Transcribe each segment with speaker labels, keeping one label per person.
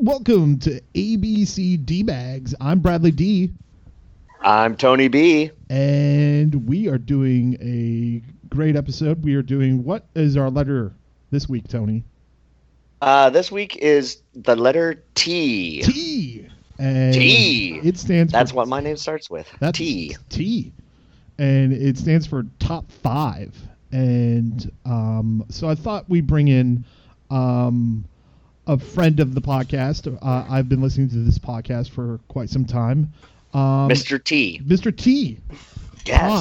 Speaker 1: Welcome to ABC D Bags. I'm Bradley D,
Speaker 2: I'm Tony B.
Speaker 1: and we are doing a great episode. We are doing what is our letter this week, Tony?
Speaker 2: Uh, this week is the letter T.
Speaker 1: T. And
Speaker 2: T.
Speaker 1: It stands.
Speaker 2: That's
Speaker 1: for,
Speaker 2: what my name starts with.
Speaker 1: that's
Speaker 2: T.
Speaker 1: T. And it stands for top five. And um, so I thought we bring in um, a friend of the podcast. Uh, I've been listening to this podcast for quite some time. Um,
Speaker 2: Mr. T.
Speaker 1: Mr. T. Tom.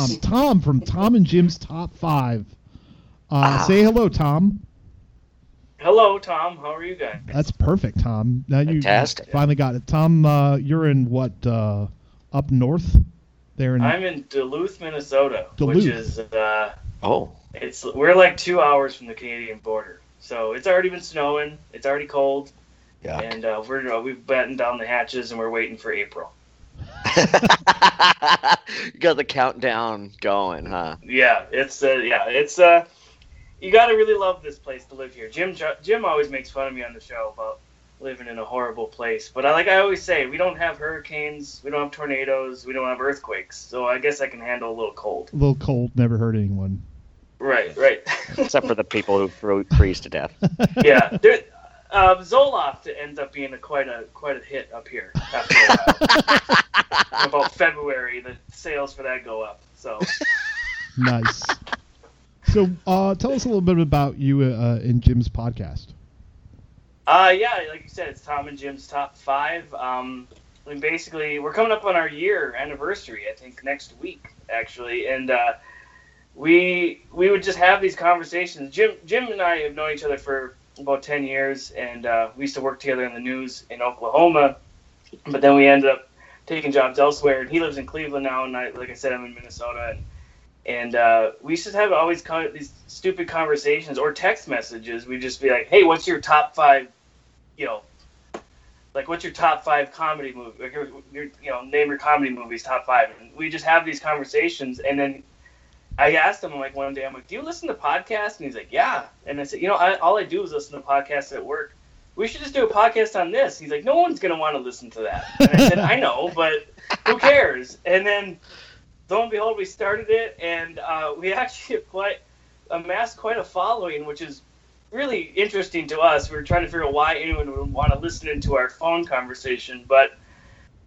Speaker 2: Yes.
Speaker 1: Tom from Tom and Jim's Top Five. Uh,
Speaker 2: Ah.
Speaker 1: Say hello, Tom.
Speaker 3: Hello, Tom. How are you guys?
Speaker 1: That's perfect, Tom. Now you
Speaker 2: Fantastic.
Speaker 1: finally got it. Tom, uh, you're in what? Uh, up north? There in
Speaker 3: I'm in Duluth, Minnesota,
Speaker 1: Duluth.
Speaker 3: which is uh,
Speaker 2: Oh,
Speaker 3: it's we're like two hours from the Canadian border. So it's already been snowing. It's already cold,
Speaker 2: yeah.
Speaker 3: and uh, we're uh, we've battened down the hatches, and we're waiting for April.
Speaker 2: you got the countdown going, huh?
Speaker 3: Yeah, it's uh, yeah, it's uh, you gotta really love this place to live here. Jim jo- Jim always makes fun of me on the show about living in a horrible place, but I like I always say, we don't have hurricanes, we don't have tornadoes, we don't have earthquakes. So I guess I can handle a little cold.
Speaker 1: a little cold, never hurt anyone.
Speaker 3: Right, right.
Speaker 2: Except for the people who fro- freeze to death.
Speaker 3: yeah, there, uh, Zoloft ends up being a, quite a quite a hit up here. After a while. In about February, the sales for that go up. So
Speaker 1: Nice. so uh, tell us a little bit about you uh, in Jim's podcast.
Speaker 3: Uh, yeah, like you said, it's Tom and Jim's top five. Um, and basically, we're coming up on our year anniversary. I think next week, actually, and uh, we we would just have these conversations. Jim Jim and I have known each other for about ten years, and uh, we used to work together in the news in Oklahoma, but then we ended up taking jobs elsewhere. And he lives in Cleveland now, and I, like I said, I'm in Minnesota. And, and uh, we used to have always con- these stupid conversations or text messages. We'd just be like, "Hey, what's your top five you know, like what's your top five comedy movie? Like your, your, you know, name your comedy movies top five. And we just have these conversations, and then I asked him like one day, I'm like, do you listen to podcasts? And he's like, yeah. And I said, you know, I, all I do is listen to podcasts at work. We should just do a podcast on this. He's like, no one's gonna want to listen to that. And I said, I know, but who cares? And then, lo and behold, we started it, and uh, we actually have quite amassed quite a following, which is really interesting to us. We were trying to figure out why anyone would want to listen into our phone conversation, but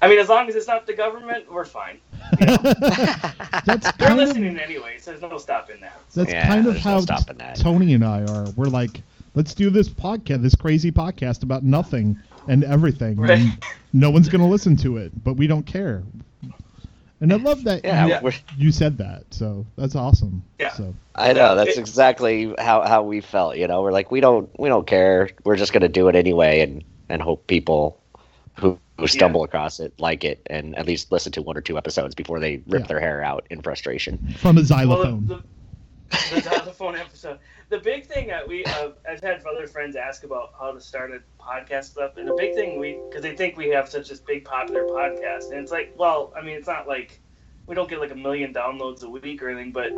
Speaker 3: I mean, as long as it's not the government, we're fine.
Speaker 1: that's
Speaker 3: They're
Speaker 1: kind of
Speaker 3: listening anyway, so there's no stopping that.
Speaker 1: that's
Speaker 2: Yeah,
Speaker 1: kind of
Speaker 2: there's no
Speaker 1: how
Speaker 2: stopping that.
Speaker 1: Tony and I are. We're like, let's do this podcast, this crazy podcast about nothing and everything.
Speaker 3: Right.
Speaker 1: And no one's going to listen to it, but we don't care. And I love that
Speaker 2: Yeah,
Speaker 1: you,
Speaker 2: we're-
Speaker 1: you said that. So that's awesome.
Speaker 3: Yeah.
Speaker 1: So
Speaker 2: I know. That's
Speaker 3: It-
Speaker 2: exactly how, how we felt. You know, we're like, we don't we don't care. We're just gonna do it anyway, and and hope people who, who stumble across it like it, and at least listen to one or two episodes before they rip
Speaker 1: Yeah.
Speaker 2: their hair out in frustration.
Speaker 1: from a
Speaker 3: Well,
Speaker 1: xylophone.
Speaker 3: the, the, the xylophone episode. The big thing that we, uh, I've had other friends ask about how to start a podcast stuff, and the big thing we, because they think we have such this big popular podcast, and it's like, well, I mean, it's not like we don't get like a million downloads a week or anything, but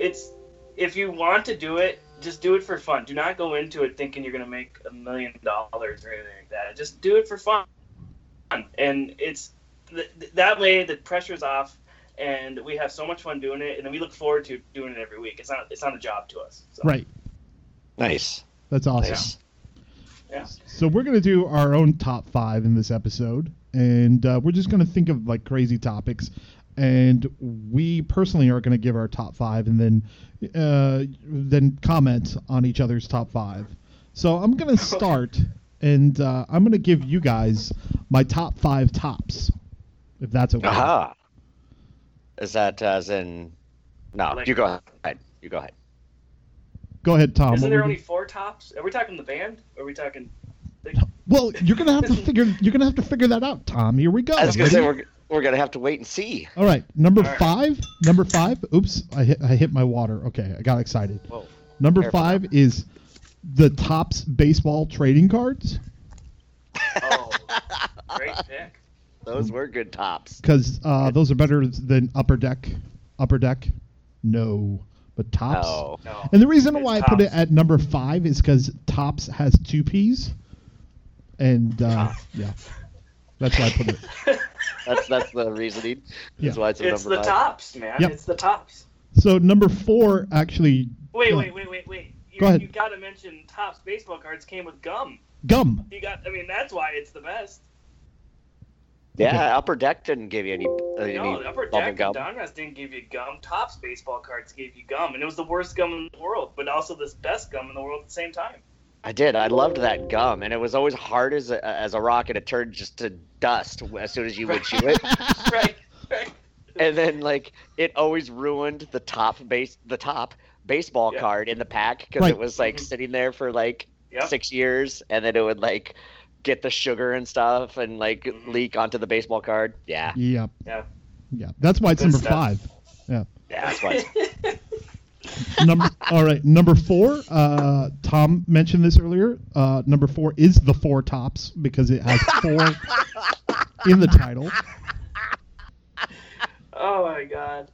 Speaker 3: it's if you want to do it, just do it for fun. Do not go into it thinking you're gonna make a million dollars or anything like that. Just do it for fun, and it's th- th- that way the pressure's off and we have so much fun doing it, and then we look forward to doing it every week. It's not it's not a job to us. So.
Speaker 1: right.
Speaker 2: Nice,
Speaker 1: That's awesome.
Speaker 2: nice.
Speaker 3: Yeah.
Speaker 1: So we're gonna do our own top five in this episode, and uh, we're just gonna think of like crazy topics, and we personally are gonna give our top five, and then uh, then comment on each other's top five. So I'm gonna start, and uh, I'm gonna give you guys my top five tops, if that's okay.
Speaker 2: Aha. Is that uh, as in? No,
Speaker 3: Like-
Speaker 2: you go ahead. You go ahead.
Speaker 1: Go ahead, Tom.
Speaker 3: Isn't
Speaker 1: Um, What
Speaker 3: there
Speaker 1: were
Speaker 3: only
Speaker 1: you-
Speaker 3: four tops? Are we talking the band? Are we talking?
Speaker 1: well, you're gonna have to figure you're gonna have to figure that out, Tom. Here we go.
Speaker 2: I was gonna say
Speaker 1: Ready?
Speaker 2: we're we're gonna have to wait and see.
Speaker 1: All right, number
Speaker 3: All right.
Speaker 1: five. Number five. Oops, I hit, I hit my water. Okay, I got excited.
Speaker 2: Whoa.
Speaker 1: Number
Speaker 2: Careful.
Speaker 1: five is the tops baseball trading cards
Speaker 3: Oh, great pick.
Speaker 2: Those were good tops.
Speaker 1: because uh, those are better than upper deck. Upper deck, no, but tops.
Speaker 2: Oh,
Speaker 3: No.
Speaker 1: And the reason why I put it
Speaker 3: Tops.
Speaker 1: at number five is because tops has two P's, and uh,
Speaker 3: Ah.
Speaker 1: yeah, that's why I put it.
Speaker 2: That's that's the reasoning. That's
Speaker 1: Yeah.
Speaker 2: why it's a
Speaker 3: It's
Speaker 2: number
Speaker 3: the
Speaker 2: five.
Speaker 3: tops, man.
Speaker 1: Yep.
Speaker 3: It's the tops.
Speaker 1: So number four actually
Speaker 3: Wait,
Speaker 1: Yeah.
Speaker 3: wait, wait, wait, wait. You,
Speaker 1: Go ahead.
Speaker 3: you gotta mention tops baseball cards came with gum.
Speaker 1: gum.
Speaker 3: You got. I mean, that's why it's the best.
Speaker 2: Yeah,
Speaker 1: Okay.
Speaker 2: Upper Deck didn't give you any uh, any
Speaker 3: no, the upper
Speaker 2: bubble
Speaker 3: deck
Speaker 2: gum.
Speaker 3: and Donruss didn't give you gum. Tops baseball cards gave you gum, and it was the worst gum in the world, but also the best gum in the world at the same time.
Speaker 2: I did. I loved that gum, and it was always hard as a, as a rock, and it turned just to dust as soon as you would chew it.
Speaker 3: right, right.
Speaker 2: And then like it always ruined the top base the top baseball
Speaker 3: Yeah.
Speaker 2: card in the pack because
Speaker 1: Right.
Speaker 2: it was like
Speaker 3: Mhm.
Speaker 2: sitting there for like
Speaker 3: Yep.
Speaker 2: six years, and then it would like get the sugar and stuff and like
Speaker 3: Mhm.
Speaker 2: leak onto the baseball card. Yeah,
Speaker 1: Yeah,
Speaker 3: Yeah.
Speaker 1: yeah. That's why it's
Speaker 3: Good
Speaker 1: number
Speaker 3: stuff.
Speaker 1: five.
Speaker 2: yeah that's why.
Speaker 1: Number all right. Number four. Uh, Tom mentioned this earlier. Uh, number four is the four tops because it has four in the title.
Speaker 3: oh my god.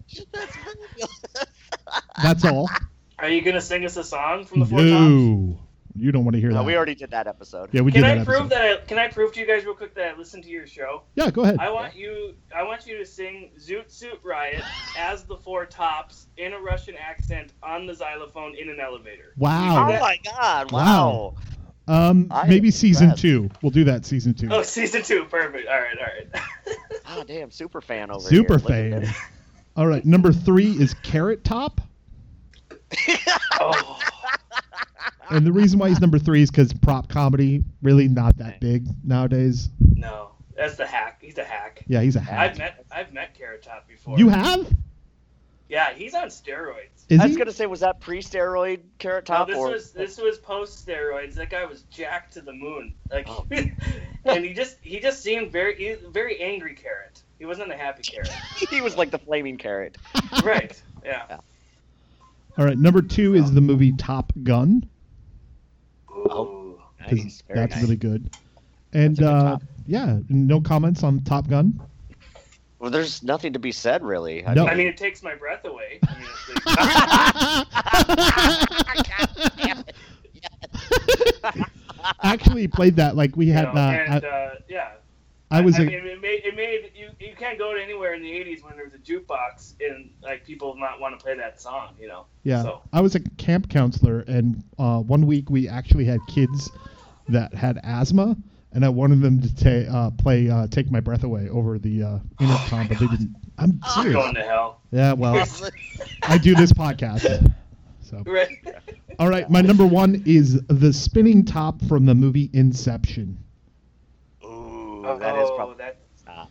Speaker 1: That's all.
Speaker 3: Are you gonna sing us a song from the Four Tops?
Speaker 1: no, you don't want to hear
Speaker 2: No,
Speaker 1: that.
Speaker 2: we already did that episode.
Speaker 1: yeah, we
Speaker 3: Can
Speaker 1: did
Speaker 3: I
Speaker 1: that
Speaker 3: prove
Speaker 1: episode.
Speaker 3: that? I, can I prove to you guys real quick that I listened to your show?
Speaker 1: Yeah, go ahead.
Speaker 3: I want you. I want you to sing "Zoot Suit Riot" as the Four Tops in a Russian accent on the xylophone in an elevator.
Speaker 2: Oh
Speaker 1: wow.
Speaker 2: my god!
Speaker 1: Wow.
Speaker 2: Wow.
Speaker 1: Um,
Speaker 2: I am
Speaker 1: maybe season
Speaker 2: impressed.
Speaker 1: two. We'll do that season two.
Speaker 3: Oh, season two, perfect. All right, all right.
Speaker 2: Ah, damn, super fan over here.
Speaker 1: Super
Speaker 2: Look at
Speaker 1: fan.
Speaker 2: this.
Speaker 1: All right, number three is Carrot Top,
Speaker 3: Oh,
Speaker 1: and the reason why he's number three is because prop comedy really not that big nowadays.
Speaker 3: no, that's the hack. He's a hack.
Speaker 1: Yeah, he's a
Speaker 3: I've
Speaker 1: hack.
Speaker 3: met I've met Carrot Top before.
Speaker 1: You have?
Speaker 3: Yeah, he's on steroids.
Speaker 1: Is
Speaker 2: I was
Speaker 1: he?
Speaker 2: gonna say, was that pre-steroid carrot
Speaker 3: No,
Speaker 2: top
Speaker 3: this
Speaker 2: or?
Speaker 3: was this was post steroids. That guy was jacked to the moon. Like,
Speaker 2: Oh.
Speaker 3: and he just he just seemed very he was a very angry carrot. He wasn't a happy carrot.
Speaker 2: he was like the flaming carrot.
Speaker 3: right. Yeah.
Speaker 1: All right, number two is
Speaker 2: Oh.
Speaker 1: the movie Top Gun.
Speaker 3: Ooh.
Speaker 1: 'cause
Speaker 2: Nice, very
Speaker 1: that's
Speaker 2: nice.
Speaker 1: really good. And
Speaker 2: That's a good
Speaker 1: uh,
Speaker 2: top.
Speaker 1: yeah, no comments on Top Gun.
Speaker 2: Well, there's nothing to be said, really. I
Speaker 1: No.
Speaker 3: I mean, it takes my breath away. I mean, it's like-
Speaker 1: Actually, he played that like we
Speaker 3: you
Speaker 1: had.
Speaker 3: know,
Speaker 1: uh,
Speaker 3: and
Speaker 1: I,
Speaker 3: uh, yeah,
Speaker 1: I was.
Speaker 3: I
Speaker 1: a-
Speaker 3: mean, it made, it made you you can't go to anywhere in the '80s when there's a jukebox and like people not want to play that song, you know.
Speaker 1: Yeah,
Speaker 3: So.
Speaker 1: I was a camp counselor, and uh, one week we actually had kids that had asthma, and I wanted them to ta- uh, play uh, "Take My Breath Away" over the
Speaker 3: Oh
Speaker 1: uh, intercom, but they didn't. I'm
Speaker 3: You're
Speaker 1: serious.
Speaker 3: going to hell,
Speaker 1: Yeah,
Speaker 2: Oh,
Speaker 1: well, I do this podcast. So,
Speaker 3: right?
Speaker 1: all right, my number one is the spinning top from the movie Inception.
Speaker 2: Ooh, that is probably.
Speaker 3: Oh, that-
Speaker 2: Not.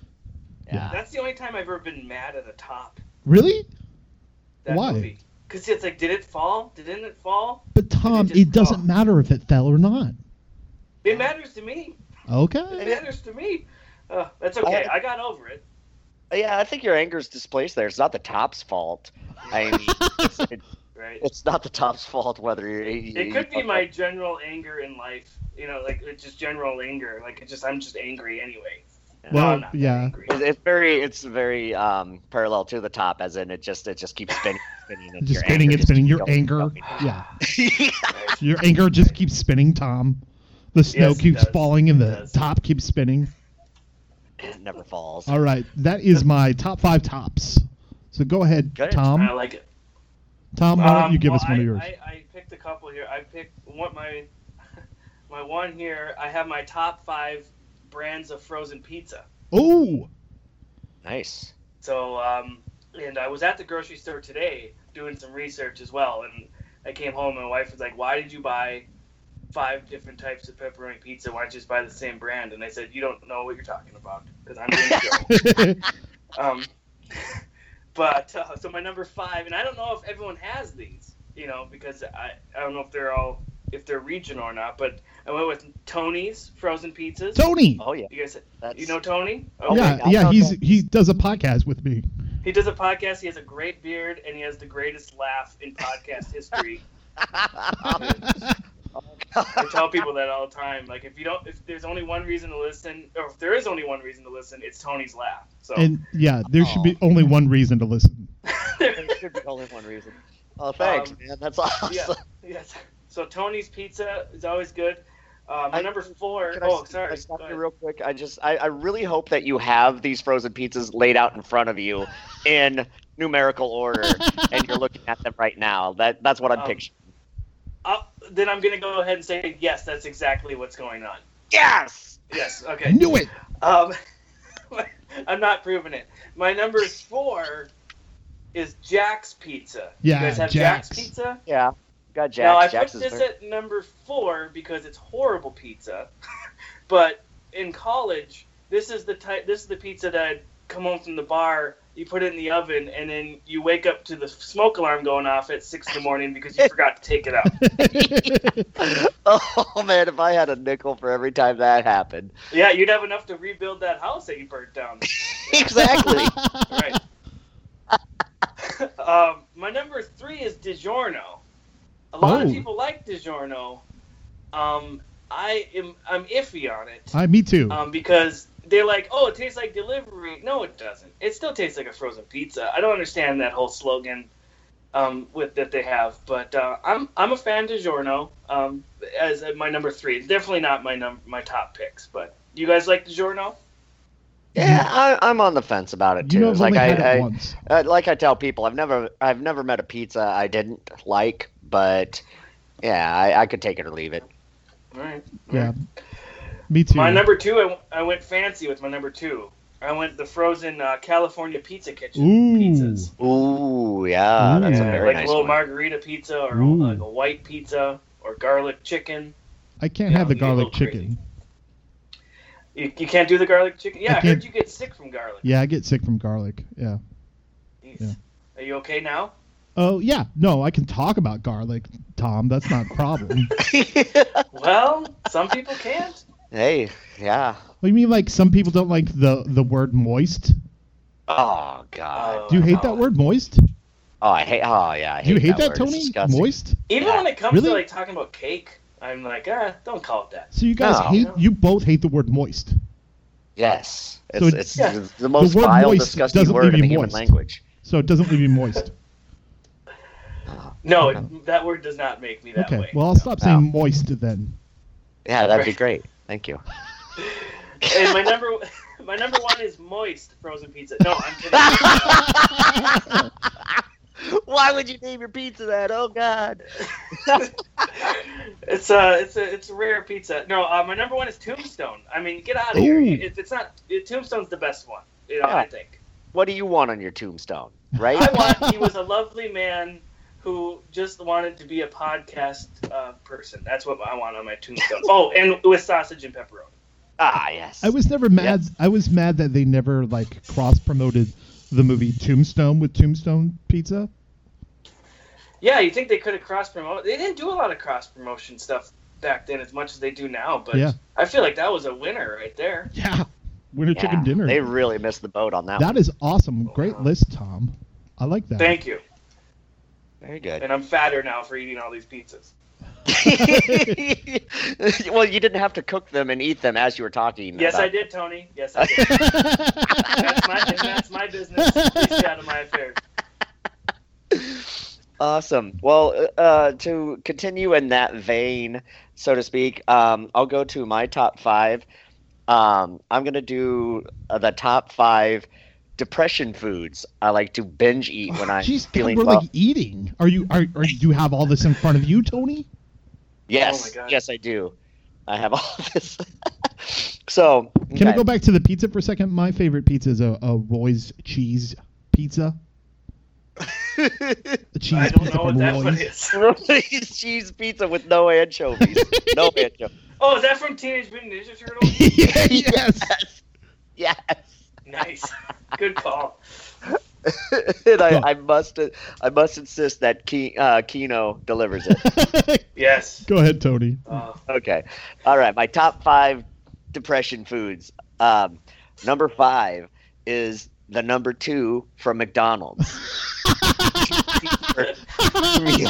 Speaker 1: Yeah.
Speaker 2: Yeah.
Speaker 3: that's the only time I've ever been mad at a top.
Speaker 1: Really?
Speaker 3: That
Speaker 1: Why?
Speaker 3: Because it's like, did it fall? Didn't it fall?
Speaker 1: But Tom,
Speaker 3: just
Speaker 1: it doesn't
Speaker 3: fall.
Speaker 1: matter if it fell or not.
Speaker 3: It matters to me. It
Speaker 1: Okay.
Speaker 3: matters to me. Uh, that's okay. I got over it.
Speaker 2: yeah. I think your anger's displaced there. It's not the top's fault. I mean, it's, it,
Speaker 3: Right.
Speaker 2: it's not the top's fault whether you're. you-
Speaker 3: It could
Speaker 2: you-
Speaker 3: be my general anger in life. You know, like it's just general anger. Like it's just I'm just angry anyway.
Speaker 1: Well,
Speaker 3: no, I'm not that
Speaker 1: yeah.
Speaker 3: angry.
Speaker 2: It- It's very, it's very um, parallel to the top, as in it just, it just keeps spinning, spinning, and
Speaker 1: Just
Speaker 2: your
Speaker 1: spinning
Speaker 2: anger
Speaker 1: and
Speaker 2: just
Speaker 1: spinning.
Speaker 2: keeps
Speaker 1: Your
Speaker 2: going and
Speaker 1: anger.
Speaker 2: going.
Speaker 1: Yeah.
Speaker 3: Right.
Speaker 1: Your anger just keeps spinning, Tom. The snow
Speaker 3: Yes, it
Speaker 1: keeps
Speaker 3: does.
Speaker 1: falling and
Speaker 3: It
Speaker 1: the
Speaker 3: does.
Speaker 1: top keeps spinning.
Speaker 2: It never falls.
Speaker 1: All right, that is my top five tops. So go ahead,
Speaker 2: Good.
Speaker 3: I
Speaker 1: Tom.
Speaker 3: like it.
Speaker 1: Tom, why don't
Speaker 3: Um,
Speaker 1: you give
Speaker 3: well,
Speaker 1: us one
Speaker 3: I,
Speaker 1: of yours?
Speaker 3: I, I picked a couple here. I picked one my my one here. I have my top five brands of frozen pizza.
Speaker 1: oh,
Speaker 2: Nice.
Speaker 3: So, um, and I was at the grocery store today doing some research as well, and I came home and my wife was like, "Why did you buy five different types of pepperoni pizza? Why don't you just buy the same brand?" And I said, "You don't know what you're talking about because I'm doing the show." Um, but uh, so my number five, and I don't know if everyone has these, you know, because I I don't know if they're all if they're regional or not. But I went with Tony's frozen pizzas.
Speaker 1: Tony.
Speaker 2: Oh yeah.
Speaker 3: you guys,
Speaker 2: That's,
Speaker 3: you know Tony?
Speaker 1: yeah,
Speaker 2: I'll
Speaker 1: yeah,
Speaker 2: go
Speaker 1: he's
Speaker 2: next.
Speaker 1: he does a podcast with me.
Speaker 3: He does a podcast. He has a great beard, and he has the greatest laugh in podcast history. I tell people that all the time. Like, if you don't, if there's only one reason to listen, or if there is only one reason to listen, it's Tony's laugh. So,
Speaker 1: And yeah, there should be only one reason to listen.
Speaker 2: There should be only one reason. Oh, thanks,
Speaker 3: Um,
Speaker 2: man. That's awesome.
Speaker 3: yeah, yes. So Tony's pizza is always good. Uh, my number four.
Speaker 2: Can I,
Speaker 3: Oh,
Speaker 2: s-
Speaker 3: sorry.
Speaker 2: can I stop
Speaker 3: Go
Speaker 2: you
Speaker 3: ahead.
Speaker 2: real quick? I just, I, I really hope that you have these frozen pizzas laid out in front of you in numerical order, and you're looking at them right now. That that's what I'm
Speaker 3: Um,
Speaker 2: picturing.
Speaker 3: Uh, then I'm gonna go ahead and say yes. That's exactly what's going on.
Speaker 2: Yes.
Speaker 3: Yes.
Speaker 1: I
Speaker 3: Okay.
Speaker 1: knew it.
Speaker 3: Um, I'm not proving it. My number four is Jack's Pizza.
Speaker 1: Yeah,
Speaker 3: you guys have
Speaker 1: Jack's.
Speaker 3: Jack's, Pizza.
Speaker 2: Yeah. Got Jack.
Speaker 3: now I
Speaker 2: Jack's
Speaker 3: put
Speaker 2: is
Speaker 3: this
Speaker 2: very-
Speaker 3: at number four because it's horrible pizza, but in college, this is the type. This is the pizza that I'd come home from the bar. You put it in the oven, and then you wake up to the smoke alarm going off at six in the morning because you forgot to take it out.
Speaker 2: oh man, if I had a nickel for every time that happened.
Speaker 3: Yeah, you'd have enough to rebuild that house that you burnt down.
Speaker 2: exactly.
Speaker 3: right. um, my number three is DiGiorno. A lot
Speaker 1: Oh.
Speaker 3: of people like DiGiorno. Um, I am I'm iffy on it
Speaker 1: I, me too.
Speaker 3: um, because they're like, oh, it tastes like delivery. No, it doesn't. It still tastes like a frozen pizza. I don't understand that whole slogan um, with that they have, but uh, I'm I'm a fan of DiGiorno um, as my number three. It's definitely not my num- my top picks, but you guys like DiGiorno?
Speaker 2: yeah, I, I'm on the fence about it too.
Speaker 1: you know, I've
Speaker 2: It's like
Speaker 1: only had
Speaker 2: I,
Speaker 1: it
Speaker 2: I
Speaker 1: once.
Speaker 2: uh, like I tell people, I've never I've never met a pizza I didn't like, but yeah, I, I could take it or leave it.
Speaker 3: All right.
Speaker 1: Yeah. Me too.
Speaker 3: My number two, I, w- I went fancy with my number two. I went the frozen uh, California Pizza Kitchen
Speaker 1: Ooh.
Speaker 3: pizzas.
Speaker 2: Ooh, yeah,
Speaker 1: Ooh.
Speaker 2: that's a
Speaker 3: Yeah,
Speaker 2: very
Speaker 3: like
Speaker 2: nice
Speaker 3: a little
Speaker 2: one.
Speaker 3: margarita pizza or
Speaker 1: Ooh.
Speaker 3: like a white pizza or garlic chicken.
Speaker 1: I can't
Speaker 3: Yeah,
Speaker 1: have the
Speaker 3: you get a little
Speaker 1: garlic chicken.
Speaker 3: You, you can't do the garlic chicken? Yeah,
Speaker 1: I
Speaker 3: I, heard
Speaker 1: can't-
Speaker 3: you get sick from garlic.
Speaker 1: Yeah, I get sick from garlic. Yeah.
Speaker 3: Jeez. Are you okay now?
Speaker 1: Oh yeah. No, I can talk about garlic, Tom. That's not a problem.
Speaker 3: Well, some people can't.
Speaker 2: hey, yeah.
Speaker 1: Well, you mean like some people don't like the the word moist?
Speaker 2: Oh god.
Speaker 1: Do you
Speaker 3: Oh,
Speaker 1: hate
Speaker 3: no.
Speaker 1: that word moist?
Speaker 2: Oh, I hate. Oh yeah, I hate
Speaker 1: Do you hate that,
Speaker 2: word. It's
Speaker 1: Tony?
Speaker 2: disgusting.
Speaker 1: Moist?
Speaker 3: Even
Speaker 2: Yeah.
Speaker 3: when it comes
Speaker 1: Really?
Speaker 3: to like talking about cake, I'm like, ah, don't call it that.
Speaker 1: So you guys
Speaker 2: No.
Speaker 1: hate you both hate the word moist.
Speaker 2: Yes, it's,
Speaker 1: So-
Speaker 2: it's
Speaker 3: Yeah.
Speaker 2: the- the most
Speaker 1: word
Speaker 2: vile,
Speaker 1: moist
Speaker 2: disgusting
Speaker 1: doesn't
Speaker 2: word
Speaker 1: leave
Speaker 2: in
Speaker 1: you
Speaker 2: the human
Speaker 1: moist.
Speaker 2: language.
Speaker 1: So it doesn't leave you moist.
Speaker 3: No, it, that word does not make me that
Speaker 1: okay.
Speaker 3: way.
Speaker 1: Well, I'll stop
Speaker 2: Wow.
Speaker 1: saying moist then.
Speaker 2: Yeah, that'd be
Speaker 3: Right.
Speaker 2: great. Thank you.
Speaker 3: And my number, my number one is moist frozen pizza. No, I'm kidding.
Speaker 2: Why would you name your pizza that? Oh God.
Speaker 3: it's a it's a it's a rare pizza. No, uh, my number one is Tombstone. I mean, get out of here.
Speaker 1: Ooh.
Speaker 3: It, it's not it, Tombstone's the best one. You know, I
Speaker 2: Yeah.
Speaker 3: think.
Speaker 2: What do you want on your tombstone? Right?
Speaker 3: I want he was a lovely man who just wanted to be a podcast uh, person. That's what I want on my tombstone. oh, and with sausage and pepperoni.
Speaker 2: ah, yes.
Speaker 1: I was never mad. I was mad that they never like cross promoted the movie Tombstone with Tombstone Pizza.
Speaker 3: Yeah, you think they could have cross promoted? They didn't do a lot of cross promotion stuff back then as much as they do now. But
Speaker 1: Yeah.
Speaker 3: I feel like that was a winner right there.
Speaker 1: Yeah. Winter
Speaker 2: Yeah,
Speaker 1: chicken dinner.
Speaker 2: They really missed the boat on that.
Speaker 1: That
Speaker 2: one.
Speaker 1: is awesome. Great list, Tom. I like that.
Speaker 3: Thank you.
Speaker 2: Very good.
Speaker 3: And I'm fatter now for eating all these pizzas.
Speaker 2: well, you didn't have to cook them and eat them as you were talking.
Speaker 3: Yes,
Speaker 2: about-
Speaker 3: I did, Tony. Yes, I did. that's, my, and that's my business. Please get out of my affairs.
Speaker 2: Awesome. Well, uh, to continue in that vein, so to speak, um, I'll go to my top five. Um, I'm going to do uh, the top five depression foods I like to binge eat when I'm
Speaker 1: Jeez, Tom,
Speaker 2: feeling
Speaker 1: we're
Speaker 2: well.
Speaker 3: Oh
Speaker 1: like eating. Are you? Are, are you? Do you have all this in front of you, Tony?
Speaker 2: yes,
Speaker 3: Oh my God.
Speaker 2: yes, I do. I have all this. so,
Speaker 1: Can
Speaker 2: okay.
Speaker 1: I go back to the pizza for a second? My favorite pizza is a, a Roy's cheese pizza. A cheese
Speaker 3: I don't
Speaker 1: pizza from
Speaker 3: know what that one
Speaker 1: Roy's.
Speaker 3: is.
Speaker 2: cheese pizza with no anchovies. no anchovies.
Speaker 3: Oh, is that from Teenage Mutant Ninja Turtles?
Speaker 1: Yeah, yes.
Speaker 2: Yes.
Speaker 3: nice. Good call.
Speaker 2: and
Speaker 1: Go.
Speaker 2: I, I must I must insist that Ke- uh, Kino delivers it.
Speaker 3: Yes.
Speaker 1: Go ahead, Tony.
Speaker 3: Uh,
Speaker 2: okay, all right. My top five depression foods. Um, number five is the number two from McDonald's.
Speaker 3: is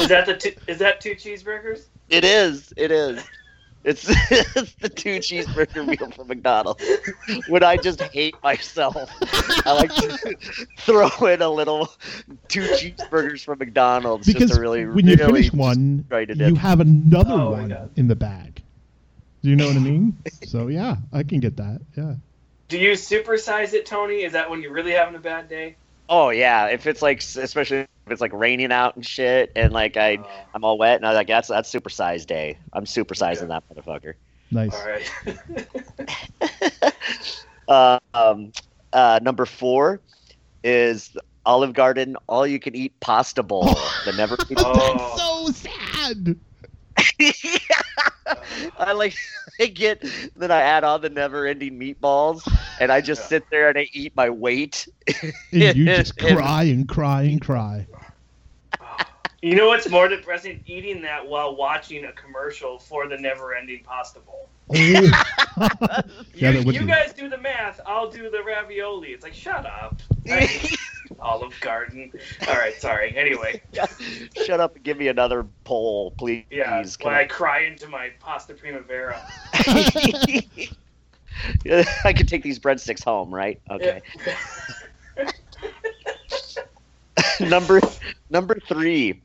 Speaker 3: that the two, is that two cheeseburgers?
Speaker 2: It is. It is. It's, it's the two cheeseburger meal from McDonald's. When I just hate myself, I like to throw in a little two cheeseburgers from McDonald's
Speaker 1: because
Speaker 2: just to really,
Speaker 1: when
Speaker 2: really
Speaker 1: you finish one,
Speaker 2: write it
Speaker 1: you
Speaker 2: in.
Speaker 1: have another
Speaker 3: Oh,
Speaker 1: one
Speaker 3: my God.
Speaker 1: in the bag. Do you know what I mean? so yeah, I can get that. Yeah.
Speaker 3: Do you supersize it, Tony? Is that when you're really having a bad day?
Speaker 2: Oh yeah, if it's like especially if it's like raining out and shit, and like I
Speaker 3: Oh.
Speaker 2: I'm all wet, and I'm like that's that's supersized day. I'm supersizing that motherfucker.
Speaker 1: Nice.
Speaker 3: All right.
Speaker 2: Uh, um, uh, number four is Olive Garden all you can eat pasta bowl. the never.
Speaker 3: Oh.
Speaker 1: That's so sad.
Speaker 2: I like I get then I add on the never ending meatballs and I just
Speaker 3: Yeah.
Speaker 2: sit there and I eat my weight.
Speaker 1: And you just
Speaker 2: And-
Speaker 1: cry and cry and cry.
Speaker 3: you know what's more depressing? Eating that while watching a commercial for the never-ending pasta bowl.
Speaker 1: Oh. yeah,
Speaker 3: You,
Speaker 1: that would
Speaker 3: you
Speaker 1: be-
Speaker 3: guys do the math. I'll do the ravioli. It's like shut up. I hate Olive Garden. All right, sorry. Anyway,
Speaker 2: Shut up and give me another bowl, please.
Speaker 3: yeah,
Speaker 2: Come
Speaker 3: when I cry into my pasta primavera.
Speaker 2: on. I can take these breadsticks home, right? Okay. number number three,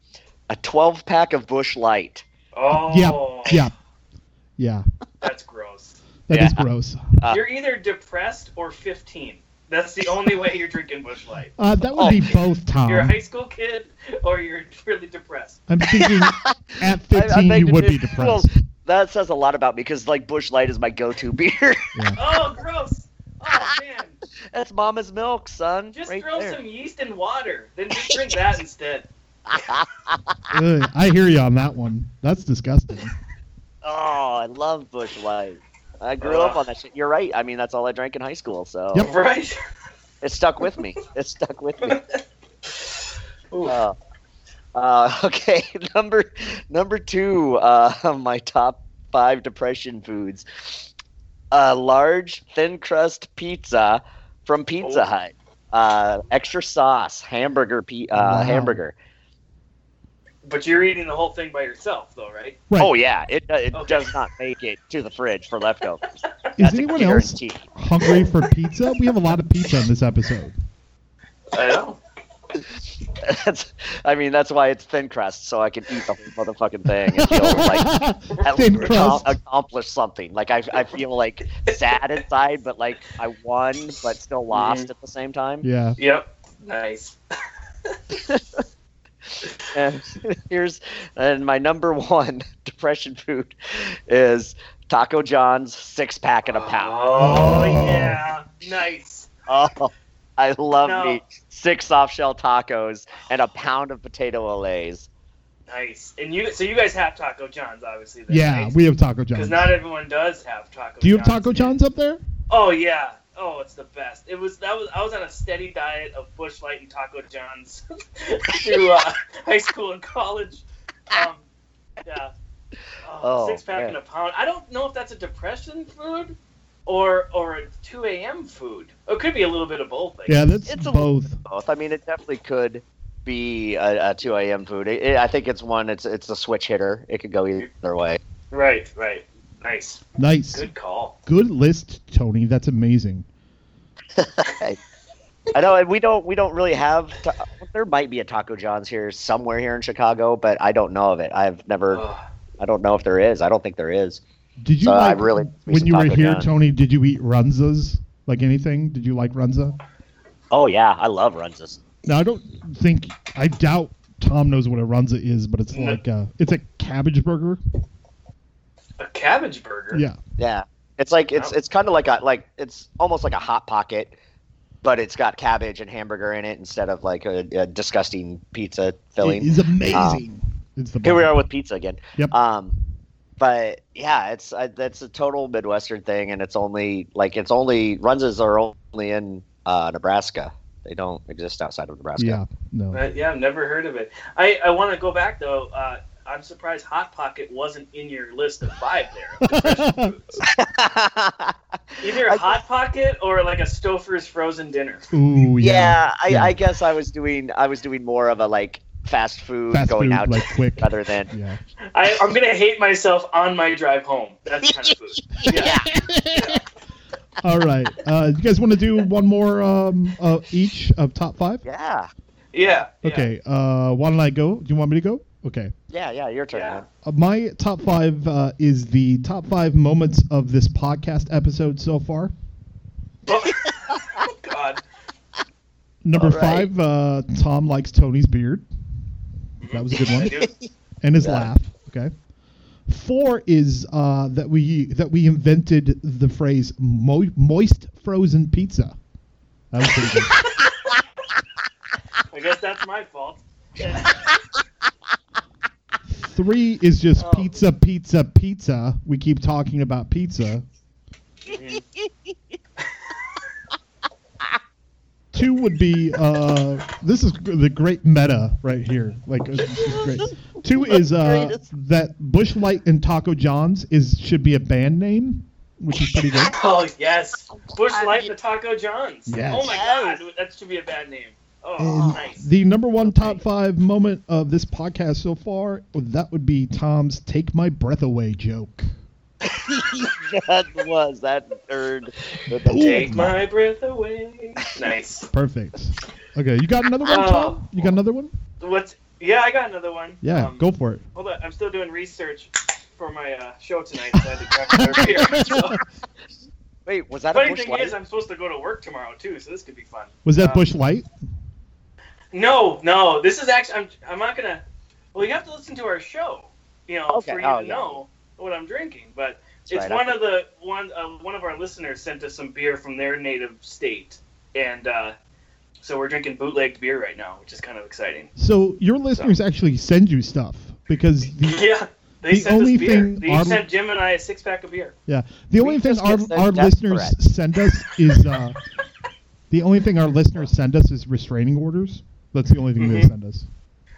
Speaker 2: a twelve pack of Bush Light.
Speaker 3: Oh,
Speaker 1: yeah, yeah.
Speaker 3: That's gross.
Speaker 1: That is
Speaker 2: Yeah.
Speaker 1: gross.
Speaker 2: Uh,
Speaker 3: you're either depressed or 15. That's the only way you're drinking Bush Light.
Speaker 1: Uh, that would
Speaker 2: Oh.
Speaker 1: be both,
Speaker 3: You're a
Speaker 1: Tom.
Speaker 3: high school kid or you're really depressed.
Speaker 1: I'm thinking at 15
Speaker 2: I
Speaker 1: you
Speaker 2: think
Speaker 1: would
Speaker 2: it
Speaker 1: be
Speaker 2: is-
Speaker 1: depressed.
Speaker 2: well, that says a lot about me because like Bush Light is my go-to beer.
Speaker 3: Oh, gross. Oh, man.
Speaker 2: That's Mama's milk, son.
Speaker 3: Just
Speaker 2: right
Speaker 3: throw
Speaker 2: there.
Speaker 3: some yeast in water. Then just drink that instead.
Speaker 1: Ugh, I hear you on that one. That's disgusting.
Speaker 2: Oh, I love Bush Light. I grew up
Speaker 3: Ugh.
Speaker 2: on that shit. You're right. I mean, that's all I drank in high school, so
Speaker 1: Yep.
Speaker 3: Right?
Speaker 2: it stuck with me. It stuck with me.
Speaker 3: Ooh.
Speaker 2: Uh, uh, okay, number number two. Uh, my top five depression foods: a large thin crust pizza from Pizza
Speaker 3: Oh.
Speaker 2: Hut, uh, extra sauce, hamburger, pe- uh,
Speaker 1: Wow.
Speaker 2: hamburger.
Speaker 3: but you're eating the whole thing by yourself, though, right?
Speaker 1: Right.
Speaker 2: Oh yeah, it it
Speaker 3: Okay.
Speaker 2: does not make it to the fridge for leftovers.
Speaker 1: Is
Speaker 2: That's a
Speaker 1: anyone else
Speaker 2: guarantee.
Speaker 1: hungry for pizza? We have a lot of pizza in this episode.
Speaker 3: I know.
Speaker 2: That's, I mean, that's why it's thin crust, so I can eat the whole motherfucking thing and feel like at
Speaker 1: Thin
Speaker 2: least
Speaker 1: crust.
Speaker 2: ac- accomplish something. Like I, I feel like sad inside, but like I won, but still lost at the same time.
Speaker 1: yeah.
Speaker 3: Yep. Nice.
Speaker 2: And here's and my number one depression food is Taco John's six pack and a pound.
Speaker 3: Oh,
Speaker 1: Oh.
Speaker 3: yeah. Nice.
Speaker 2: Oh, I love
Speaker 3: No.
Speaker 2: me six soft shell tacos and a pound of potato olays.
Speaker 3: Nice. And you, so you guys have Taco John's, obviously. Then,
Speaker 1: Yeah, we have Taco John's.
Speaker 3: Because not everyone does have Taco.
Speaker 1: Do you have
Speaker 3: John's.
Speaker 1: Taco John's up there?
Speaker 3: Oh yeah. Oh, it's the best. It was that was I was on a steady diet of Bush Light and Taco John's through uh, high school and college. Um, yeah. Oh,
Speaker 2: Oh,
Speaker 3: six pack
Speaker 2: man.
Speaker 3: and a pound. I don't know if that's a depression food or or a two a.m. food. It could be a little bit of both. I
Speaker 1: Yeah,
Speaker 3: guess.
Speaker 1: that's
Speaker 2: It's a-
Speaker 1: both.
Speaker 2: both. I mean, it definitely could be a, a 2 a.m. food. It, it- I think it's one. It's it's a switch hitter. It could go either way.
Speaker 3: Right. Right. Nice.
Speaker 1: nice. Good.
Speaker 3: Good call.
Speaker 1: list, Tony. That's amazing.
Speaker 2: I know, and we don't we don't really have. Ta- there might be a Taco John's here somewhere here in Chicago, but I don't know of it. I've never.
Speaker 3: Ugh.
Speaker 2: I don't know if there is. I don't think there is.
Speaker 1: Did you
Speaker 2: So Uh, I
Speaker 1: like,
Speaker 2: really- we
Speaker 1: when
Speaker 2: should
Speaker 1: you were
Speaker 2: Taco
Speaker 1: here,
Speaker 2: John.
Speaker 1: Tony? Did you eat runzas? Like anything? Did you like runza?
Speaker 2: Oh yeah, I love Runzas.
Speaker 1: Now I don't think I doubt Tom knows what a runza is, but it's
Speaker 3: No.
Speaker 1: like a, it's a cabbage burger.
Speaker 3: A cabbage burger.
Speaker 1: Yeah,
Speaker 2: Yeah, it's like it's
Speaker 3: Wow.
Speaker 2: it's kind of like a like it's almost like a hot pocket, but it's got cabbage and hamburger in it instead of like a, a disgusting pizza filling.
Speaker 1: it is amazing. it's the
Speaker 2: Ah. Here we
Speaker 1: bomb.
Speaker 2: are with pizza again.
Speaker 1: Yep.
Speaker 2: Um, but yeah, it's uh, that's a total Midwestern thing, and it's only like it's only Runzas are only in uh, Nebraska. They don't exist outside of Nebraska.
Speaker 1: Yeah, no.
Speaker 3: Uh, yeah, I've never heard of it. I, I want to go back though. Uh, I'm surprised Hot Pocket wasn't in your list of five there. Either
Speaker 2: I-
Speaker 3: Hot Pocket or like a Stouffer's frozen dinner.
Speaker 1: Ooh,
Speaker 2: yeah,
Speaker 1: yeah.
Speaker 2: I,
Speaker 1: Yeah.
Speaker 2: I guess I was doing I was doing more of a like fast food
Speaker 1: Fast
Speaker 2: going
Speaker 1: food,
Speaker 2: out
Speaker 1: like quick.
Speaker 2: rather than
Speaker 1: Yeah.
Speaker 3: I, I'm gonna hate myself on my drive home. That's kind of food. Yeah.
Speaker 1: All right. Uh, you guys want to do one more um, uh, each of top five?
Speaker 2: yeah.
Speaker 3: Yeah. yeah.
Speaker 1: Okay. Uh, why don't I go? Do you want me to go? Okay.
Speaker 2: Yeah, yeah, your turn.
Speaker 3: Yeah.
Speaker 2: man.
Speaker 1: Uh, my top five uh, is the top five moments of this podcast episode so far.
Speaker 3: oh, God.
Speaker 1: Number
Speaker 2: All right.
Speaker 1: five, uh, Tom likes Tony's beard. That was a good one.
Speaker 3: I do.
Speaker 1: and his
Speaker 2: Yeah.
Speaker 1: laugh. Okay. Four is uh, that we that we invented the phrase mo- moist frozen pizza. That was pretty good.
Speaker 3: I guess that's my fault.
Speaker 1: Three is just
Speaker 3: Oh.
Speaker 1: pizza, pizza, pizza. We keep talking about pizza.
Speaker 3: Mhm.
Speaker 1: Two would be uh, this is g- the great meta right here. Like uh, this is great. Two is uh,
Speaker 2: Greatest.
Speaker 1: that Bush Light and Taco John's is should be a band name, which is pretty good.
Speaker 3: Oh, yes. Bush
Speaker 2: I
Speaker 3: Light
Speaker 2: mean-
Speaker 3: and the Taco John's.
Speaker 1: Yes.
Speaker 3: Oh, my
Speaker 2: Yes.
Speaker 3: God. That should be a bad name. Oh,
Speaker 1: And
Speaker 3: nice.
Speaker 1: the number one top five moment of this podcast so far, that would be Tom's "Take My Breath Away" joke.
Speaker 2: that was that third. With
Speaker 1: Ooh.
Speaker 2: the
Speaker 3: Take my breath away. Nice.
Speaker 1: Perfect. Okay, you got another one, Tom? You got another one?
Speaker 3: What's? Yeah, I got another one.
Speaker 1: Yeah,
Speaker 3: Um,
Speaker 1: go for it.
Speaker 3: Hold on, I'm still doing research for my uh, show tonight, so I had to grab another beer. So,
Speaker 2: Wait, was that a
Speaker 3: funny
Speaker 2: bush
Speaker 3: thing
Speaker 2: light?
Speaker 3: is, I'm supposed to go to work tomorrow too, so this could be fun.
Speaker 1: Was that
Speaker 3: um,
Speaker 1: Bush Light?
Speaker 3: No, no, this is actually I'm I'm not gonna. Well, you have to listen to our show, you know,
Speaker 2: Okay,
Speaker 3: for you
Speaker 2: oh,
Speaker 3: to
Speaker 2: yeah.
Speaker 3: know what I'm drinking. But
Speaker 2: That's right,
Speaker 3: it's one
Speaker 2: I-
Speaker 3: of the one uh, one of our listeners sent us some beer from their native state, and uh, so we're drinking bootlegged beer right now, which is kind of exciting.
Speaker 1: So your listeners actually send you stuff because the
Speaker 3: Yeah, they
Speaker 1: The
Speaker 3: sent
Speaker 1: only
Speaker 3: us beer.
Speaker 1: thing
Speaker 3: they
Speaker 1: our-
Speaker 3: sent Jim and I a six pack of beer.
Speaker 1: yeah the only thing
Speaker 2: just
Speaker 1: our,
Speaker 2: get so
Speaker 1: our listeners
Speaker 2: desperate.
Speaker 1: send us is uh, the only thing our listeners send us is restraining orders. That's the only thing they
Speaker 3: Mhm.
Speaker 1: send us.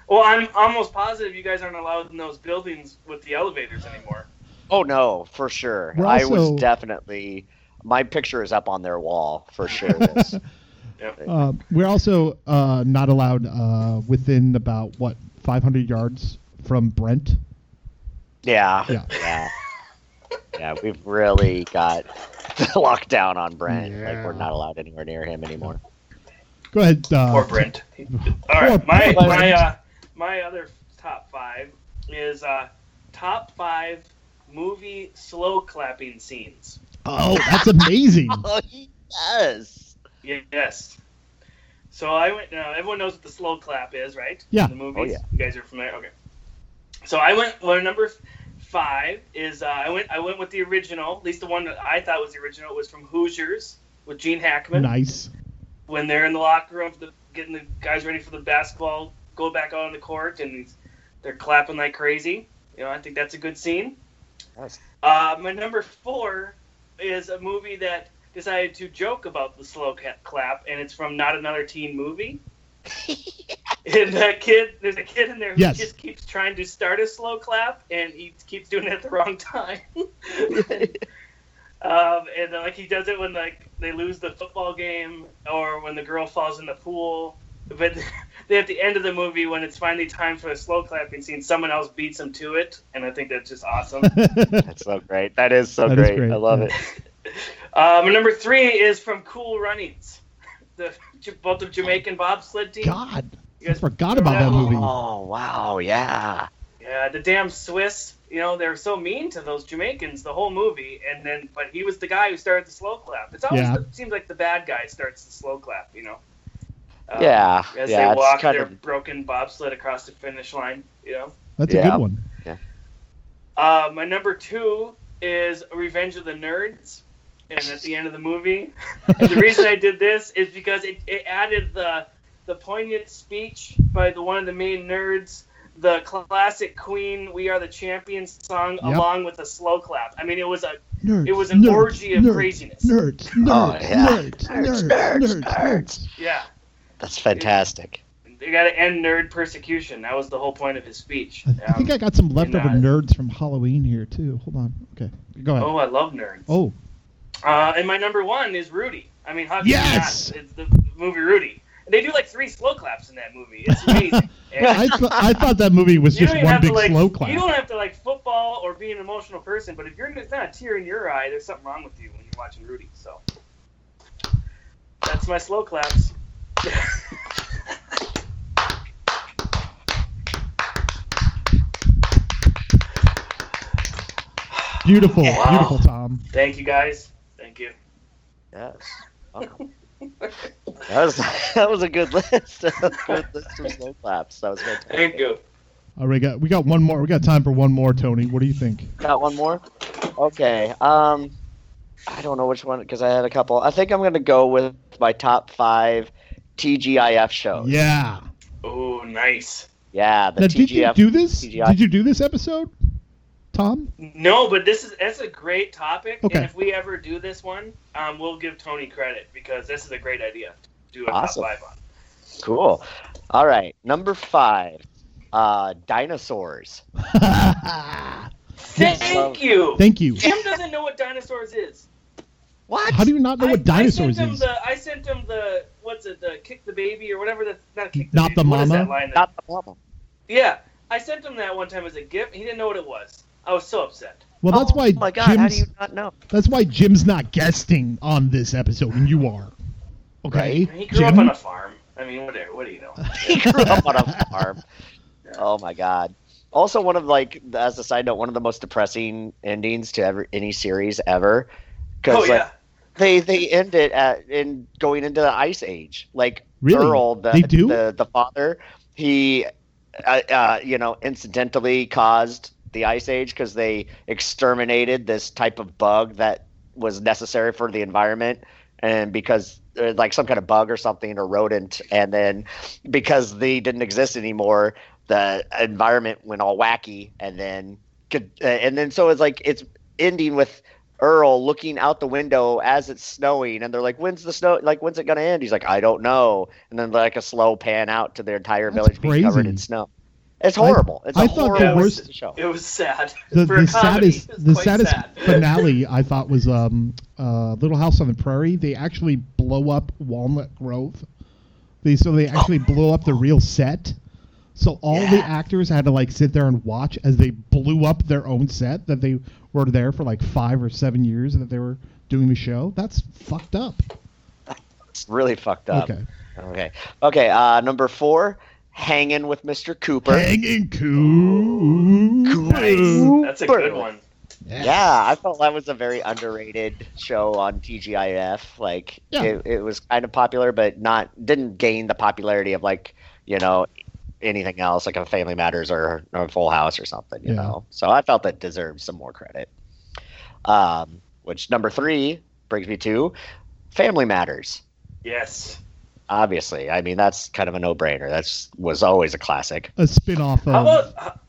Speaker 3: Well, I'm almost positive you guys aren't allowed in those buildings with the elevators anymore.
Speaker 2: Oh no, for sure.
Speaker 1: We're
Speaker 2: I was
Speaker 1: also-
Speaker 2: definitely. My picture is up on their wall for sure. This.
Speaker 3: Yep.
Speaker 1: Uh, we're also uh, not allowed uh, within about what 500 yards from Brent.
Speaker 2: yeah,
Speaker 1: Yeah.
Speaker 2: yeah, yeah, We've really got locked down on Brent. Like we're
Speaker 1: Yeah.
Speaker 2: not allowed anywhere near him anymore.
Speaker 1: Go ahead. Uh,
Speaker 3: Poor Brent. All
Speaker 1: Poor
Speaker 3: right, my
Speaker 1: Brent.
Speaker 3: my uh, my other top five is uh, top five movie slow clapping scenes.
Speaker 1: Oh, that's amazing.
Speaker 2: Oh yes.
Speaker 3: Yes. So I went. Now everyone knows what the slow clap is, right?
Speaker 1: Yeah.
Speaker 3: The movies.
Speaker 2: Oh, yeah.
Speaker 3: You guys are familiar. Okay. So I went. Well, number f- five is uh, I went. I went with the original. At least the one that I thought was the original was from Hoosiers with Gene Hackman.
Speaker 1: nice.
Speaker 3: when they're in the locker room, the, getting the guys ready for the basketball, go back out on the court, and they're clapping like crazy. You know, I think that's a good scene.
Speaker 2: Nice.
Speaker 3: Uh, my number four is a movie that decided to joke about the slow ca- clap, and it's from Not Another Teen Movie. and that kid, there's a kid in there who
Speaker 1: Yes.
Speaker 3: just keeps trying to start a slow clap, and he keeps doing it at the wrong time. Um, and then, like he does it when like they lose the football game or when the girl falls in the pool. But then at the end of the movie, when it's finally time for the slow clapping scene, someone else beats him to it, and I think that's just awesome.
Speaker 2: That's so great. That is so
Speaker 1: That is
Speaker 2: great.
Speaker 1: great,
Speaker 2: I love
Speaker 1: yeah.
Speaker 2: it.
Speaker 3: um, and number three is from Cool Runnings, the both of Jamaican bobsled team.
Speaker 1: God,
Speaker 3: You
Speaker 1: I
Speaker 3: guys-
Speaker 1: forgot about that movie.
Speaker 2: Oh wow, yeah.
Speaker 3: Yeah, the damn Swiss. You know they were so mean to those Jamaicans the whole movie, and then but he was the guy who started the slow clap. It's always
Speaker 1: Yeah.
Speaker 3: the, seems like the bad guy starts the slow clap. You know. Uh,
Speaker 2: yeah.
Speaker 3: As
Speaker 2: yeah,
Speaker 3: they
Speaker 2: it's
Speaker 3: walk
Speaker 2: kind
Speaker 3: their
Speaker 2: of-
Speaker 3: broken bobsled across the finish line, you know.
Speaker 1: That's a
Speaker 2: Yeah.
Speaker 1: good one.
Speaker 3: Uh, my number two is Revenge of the Nerds, and at the end of the movie, and the reason I did this is because it, it added the the poignant speech by the one of the main nerds, the classic Queen "We Are the Champions" song,
Speaker 1: Yep.
Speaker 3: along with a slow clap. I mean, it was a
Speaker 1: Nerds,
Speaker 3: it was an
Speaker 1: nerds,
Speaker 3: orgy of
Speaker 1: nerds,
Speaker 3: craziness.
Speaker 1: Nerds, nerds,
Speaker 2: yeah.
Speaker 1: Oh, nerds, nerds, nerds, nerds.
Speaker 3: Yeah,
Speaker 2: That's fantastic.
Speaker 3: they got to end nerd persecution. That was the whole point of his speech.
Speaker 1: I, I
Speaker 3: Um,
Speaker 1: think I got some leftover
Speaker 3: know,
Speaker 1: nerds from Halloween here too. Hold on. Okay, go ahead.
Speaker 3: oh, I love nerds.
Speaker 1: Oh,
Speaker 3: Uh, and my number one is Rudy. I mean, how can
Speaker 1: Yes!
Speaker 3: you not? It's the movie Rudy. They do like three slow claps in that movie. It's amazing. And
Speaker 1: I, th- I thought that movie was
Speaker 3: you
Speaker 1: just
Speaker 3: don't even
Speaker 1: one
Speaker 3: have to
Speaker 1: big
Speaker 3: like.
Speaker 1: slow clap.
Speaker 3: You don't have to like football or be an emotional person, but if you're there's not a tear in your eye, there's something wrong with you when you're watching Rudy. So that's my slow claps.
Speaker 1: Beautiful,
Speaker 2: Wow.
Speaker 1: beautiful, Tom.
Speaker 3: Thank you guys. Thank you.
Speaker 2: Yes. Wow. that was that was a good list. That was a good list of slow claps. That was fantastic.
Speaker 3: Thank you.
Speaker 1: All right, we got we got one more. We got time for one more, Tony. What do you think?
Speaker 2: Got one more? Okay. Um, I don't know which one because I had a couple. I think I'm gonna go with my top five TGIF shows.
Speaker 1: Yeah.
Speaker 3: Oh, nice.
Speaker 2: Yeah, the
Speaker 1: Now, did you
Speaker 2: TGIF.
Speaker 1: do this?
Speaker 2: TGI.
Speaker 1: Did you do this episode, Tom?
Speaker 3: No, but this is that's a great topic.
Speaker 1: Okay.
Speaker 3: And if we ever do this one, um, we'll give Tony credit because this is a great idea. to Do a
Speaker 2: Awesome.
Speaker 3: top five on.
Speaker 2: cool. All right, number five, uh, dinosaurs.
Speaker 1: Yes.
Speaker 3: Thank you.
Speaker 1: Thank you.
Speaker 3: Tim doesn't know what dinosaurs is.
Speaker 2: What?
Speaker 1: How do you not know
Speaker 3: I-
Speaker 1: what dinosaurs
Speaker 3: I sent him
Speaker 1: is?
Speaker 3: the I sent him the what's it the kick the baby or whatever the not kick the
Speaker 1: Not
Speaker 3: baby,
Speaker 1: the
Speaker 3: what is
Speaker 1: mama?
Speaker 3: that line that-
Speaker 2: Not the problem.
Speaker 3: yeah, I sent him that one time as a gift. He didn't know what it was. I was so upset.
Speaker 1: well, that's
Speaker 2: oh,
Speaker 1: why
Speaker 2: my God, how do
Speaker 1: Jim's.
Speaker 2: you not know?
Speaker 1: That's why Jim's not guesting on this episode, and you are. Okay,
Speaker 3: He grew up
Speaker 1: Jim.
Speaker 3: on a farm. I mean, what, what do you know?
Speaker 2: he grew up on a farm. Oh my god. Also, one of like as a side note, one of the most depressing endings to ever any series ever. Because
Speaker 3: Oh yeah.
Speaker 2: they they end it at in going into the ice age. Like
Speaker 1: Really?
Speaker 2: Earl, the,
Speaker 1: They do?
Speaker 2: the the father, he, uh, uh, you know, incidentally caused the ice age because they exterminated this type of bug that was necessary for the environment, and because uh, like some kind of bug or something or rodent, and then because they didn't exist anymore, the environment went all wacky, and then could uh, and then so it's like it's ending with Earl looking out the window as it's snowing, and they're like, "When's the snow? Like, when's it gonna end?" He's like, "I don't know." And then like a slow pan out to their entire
Speaker 1: That's
Speaker 2: village being covered
Speaker 1: crazy.
Speaker 2: in snow. It's
Speaker 1: I-
Speaker 2: horrible. it's a
Speaker 1: I thought
Speaker 2: horrible
Speaker 1: the
Speaker 3: worst-
Speaker 2: show.
Speaker 3: It was sad.
Speaker 1: The,
Speaker 3: For a
Speaker 1: the
Speaker 3: comedy,
Speaker 1: saddest,
Speaker 3: it was
Speaker 1: the
Speaker 3: quite
Speaker 1: saddest
Speaker 3: sad.
Speaker 1: finale I thought was um, uh, Little House on the Prairie. They actually blow up Walnut Grove. They so
Speaker 3: Oh.
Speaker 1: they actually blow up the real set. So all the
Speaker 2: Yeah.
Speaker 1: actors had to like sit there and watch as they blew up their own set that they were there for like five or seven years that they were doing the show. That's fucked up.
Speaker 2: It's really fucked up.
Speaker 1: Okay,
Speaker 2: okay, okay. Uh, number four, hanging with Mr. Cooper.
Speaker 1: hanging cool.
Speaker 3: Nice. That's a
Speaker 2: Cooper.
Speaker 3: good one.
Speaker 2: Yeah, I felt that was a very underrated show on TGIF. Like
Speaker 1: Yeah.
Speaker 2: it, it was kind of popular, but not didn't gain the popularity of like you know anything else, like a Family Matters or, or Full House or something. You
Speaker 1: Yeah.
Speaker 2: know, so I felt that deserved some more credit. Um, which number three brings me to Family Matters.
Speaker 3: Yes.
Speaker 2: Obviously, I mean that's kind of a no-brainer. That's was always a classic.
Speaker 1: a spin-off of
Speaker 3: How about how-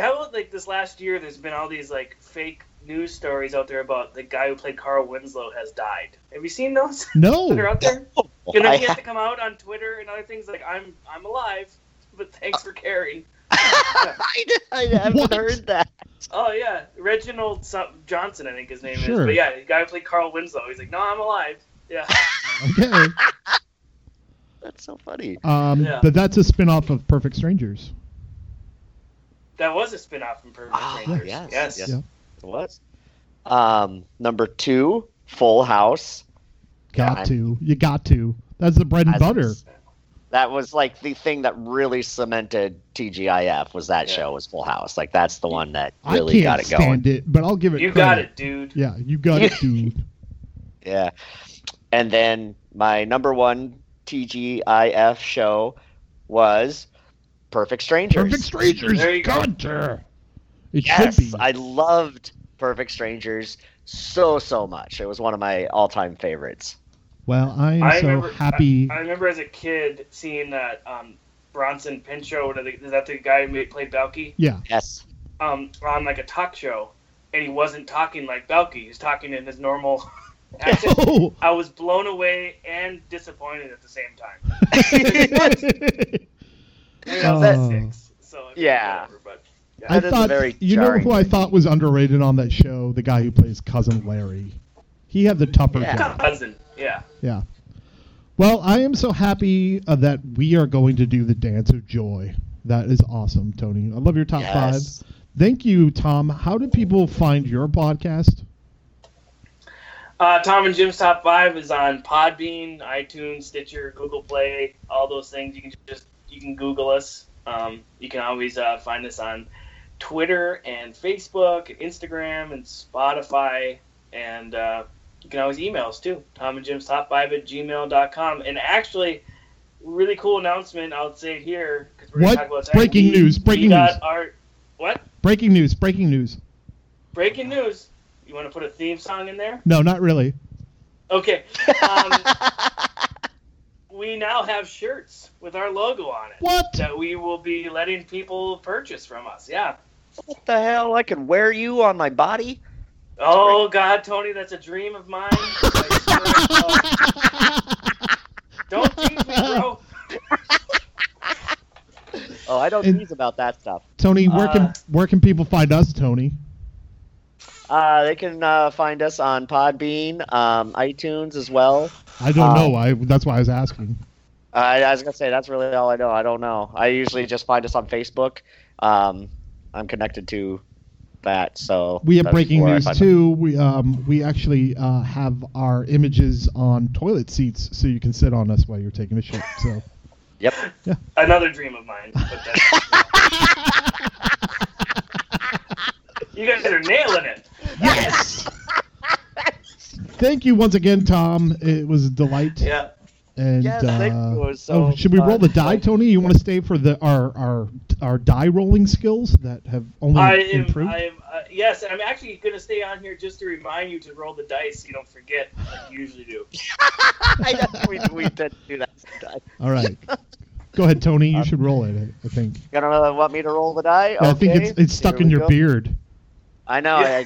Speaker 3: how about like this last year? There's been all these like fake news stories out there about the guy who played Carl Winslow has died. Have you seen those that are
Speaker 1: no.
Speaker 3: out there?
Speaker 2: Oh,
Speaker 3: You know,
Speaker 2: I
Speaker 3: he has to come out on Twitter and other things like I'm I'm alive, but thanks for caring.
Speaker 2: I, I haven't
Speaker 1: What?
Speaker 2: heard that.
Speaker 3: Oh yeah, Reginald some- Johnson, I think his name
Speaker 1: Sure.
Speaker 3: is. But yeah, the guy who played Carl Winslow, he's like, no, I'm alive. Yeah,
Speaker 1: Okay.
Speaker 2: That's so funny.
Speaker 1: Um,
Speaker 3: Yeah.
Speaker 1: But that's a spin-off of Perfect Strangers.
Speaker 3: that was a spin-off from Perfect
Speaker 2: Ah,
Speaker 3: Strangers.
Speaker 2: yes,
Speaker 3: yes.
Speaker 2: yes.
Speaker 1: Yeah.
Speaker 2: It was. Um, number two, Full House.
Speaker 1: Got
Speaker 2: God.
Speaker 1: to. You got to. That's the bread and
Speaker 2: As-
Speaker 1: butter.
Speaker 2: That was like the thing that really cemented TGIF was that
Speaker 3: Yeah.
Speaker 2: show was Full House. Like that's the one that
Speaker 1: I
Speaker 2: really
Speaker 1: can't
Speaker 2: got it going.
Speaker 1: stand it, but I'll give it.
Speaker 3: You
Speaker 1: credit.
Speaker 3: got it, dude.
Speaker 1: Yeah, you got it, dude.
Speaker 2: Yeah. And then my number one TGIF show was Perfect Strangers.
Speaker 1: Perfect strangers.
Speaker 3: There you go.
Speaker 1: Gunter. It should
Speaker 2: Yes,
Speaker 1: be.
Speaker 2: I loved Perfect Strangers so so much. It was one of my all-time favorites.
Speaker 1: well, I am
Speaker 3: I
Speaker 1: so
Speaker 3: remember-
Speaker 1: happy.
Speaker 3: I remember as a kid seeing that um, Bronson Pinchot, what are they- is that the guy who made- played Balky,
Speaker 1: yeah,
Speaker 2: Yes.
Speaker 3: um, on like a talk show, and he wasn't talking like Balky. He was talking in his normal accent.
Speaker 1: Oh.
Speaker 3: I was blown away and disappointed at the same time. I mean, I
Speaker 1: Oh.
Speaker 3: was at six, so I mean,
Speaker 2: Yeah.
Speaker 3: whatever, but
Speaker 1: I
Speaker 2: That is a
Speaker 1: thought
Speaker 2: very
Speaker 1: you know
Speaker 2: jarring
Speaker 1: who I
Speaker 2: thing.
Speaker 1: thought was underrated on that show. The guy who plays cousin Larry. He had the tupper
Speaker 2: Yeah.
Speaker 1: job.
Speaker 3: cousin, yeah,
Speaker 1: Yeah. Well, I am so happy uh, that we are going to do the dance of joy. That is awesome, Tony. I love your top
Speaker 2: Yes.
Speaker 1: five. Thank you, Tom. How do people find your podcast?
Speaker 3: Uh, Tom and Jim's Top 5 is on Podbean, iTunes, Stitcher, Google Play, all those things. You can just you can Google us. Um, you can always uh, find us on Twitter and Facebook and Instagram and Spotify. And uh, you can always email us too, Tom and Jim's Top 5 at gmail.com. And actually, really cool announcement, I'll say it here. 'cause we're gonna
Speaker 1: What?
Speaker 3: talk about that.
Speaker 1: Breaking
Speaker 3: We-
Speaker 1: news, breaking
Speaker 3: we got
Speaker 1: news.
Speaker 3: Our, what?
Speaker 1: Breaking news, breaking news.
Speaker 3: Breaking news. You want to put a theme song in there?
Speaker 1: No, not really.
Speaker 3: Okay. Um, we now have shirts with our logo on it
Speaker 1: What?
Speaker 3: that we will be letting people purchase from us. Yeah.
Speaker 2: What the hell? I can wear you on my body?
Speaker 3: Oh God, Tony, that's a dream of mine. I swear, oh, Don't tease me, bro.
Speaker 2: Oh, I don't
Speaker 1: And-
Speaker 2: tease about that stuff.
Speaker 1: Tony, where
Speaker 3: Uh,
Speaker 1: can where can people find us, Tony?
Speaker 2: Uh, they can uh, find us on Podbean, um, iTunes as well.
Speaker 1: I don't
Speaker 2: uh,
Speaker 1: know. I that's why I was asking.
Speaker 2: I, I was gonna say that's really all I know. I don't know. I usually just find us on Facebook. Um, I'm connected to that, so
Speaker 1: We have
Speaker 2: that's
Speaker 1: breaking
Speaker 2: where I
Speaker 1: news
Speaker 2: find
Speaker 1: too. We um we actually uh, have our images on toilet seats, so you can sit on us while you're taking a shit. So
Speaker 2: it. Yep.
Speaker 3: Another dream of mine. But that's, you guys are nailing it.
Speaker 1: yes. Thank you once again, Tom. It was a delight.
Speaker 3: Yeah.
Speaker 1: And
Speaker 2: Yes,
Speaker 1: uh,
Speaker 2: thank you. It was
Speaker 1: oh,
Speaker 2: so
Speaker 1: should we roll
Speaker 2: fun.
Speaker 1: the die, Tony? You want to stay for the our our our die rolling skills that have only
Speaker 3: I am.
Speaker 1: improved?
Speaker 3: I am. Uh, yes, I'm actually going to stay on here just to remind you to roll the dice. You don't forget. Like you usually do.
Speaker 2: I know we, we did do that. Sometimes.
Speaker 1: All right. Go ahead, Tony.
Speaker 2: Uh,
Speaker 1: You should roll it. I- I think.
Speaker 2: You don't really want me to roll the die?
Speaker 1: I think it's
Speaker 2: Okay,
Speaker 1: it's stuck
Speaker 2: here
Speaker 1: in
Speaker 2: we
Speaker 1: your
Speaker 2: go.
Speaker 1: beard.
Speaker 2: I know. I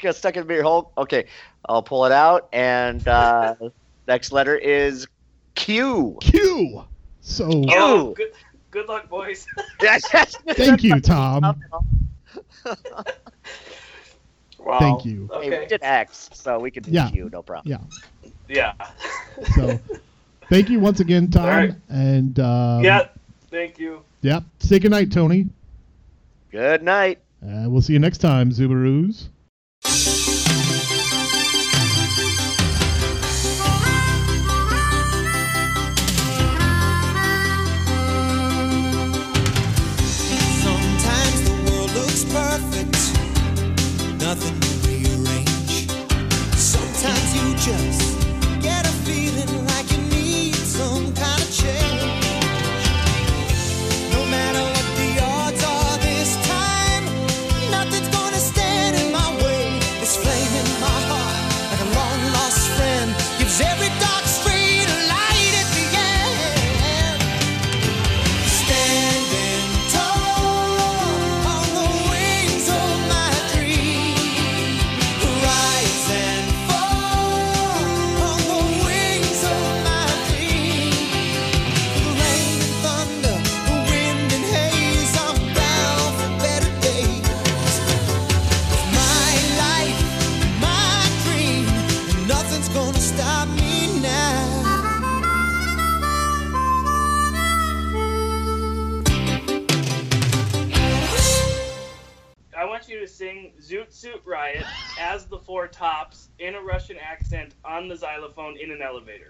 Speaker 2: got stuck in beer hole. Okay, I'll pull it out, and uh, next letter is Q.
Speaker 1: Q. So
Speaker 2: Q.
Speaker 3: Oh, good, good luck, boys.
Speaker 1: thank you, Tom.
Speaker 3: Wow.
Speaker 1: Thank you.
Speaker 2: Hey, we
Speaker 3: Okay.
Speaker 2: did X, so we could do
Speaker 1: Yeah.
Speaker 2: Q, no problem.
Speaker 1: Yeah.
Speaker 3: Yeah.
Speaker 1: So thank you once again, Tom.
Speaker 3: All right.
Speaker 1: And um,
Speaker 3: yeah. Thank you.
Speaker 1: yeah. Say goodnight, Tony.
Speaker 2: Good night.
Speaker 1: Uh, we'll see you next time, Zubaroos.
Speaker 4: Sometimes the world looks perfect, nothing to rearrange. Sometimes you just get a feeling like you need some kind of change. No matter what the odds are this time, nothing's gonna stand in my way. This flame in my heart, like a long lost friend, gives every dark street a light at the end. Standing tall on the wings of my dream, rise and fall on the wings of my dream. The rain and thunder, the wind and haze, I'm bound for better days. My life, my dream, and nothing's gonna stop me now.
Speaker 3: I want you to sing Zoot Suit Riot as the Four Tops in a Russian accent on the xylophone in an elevator.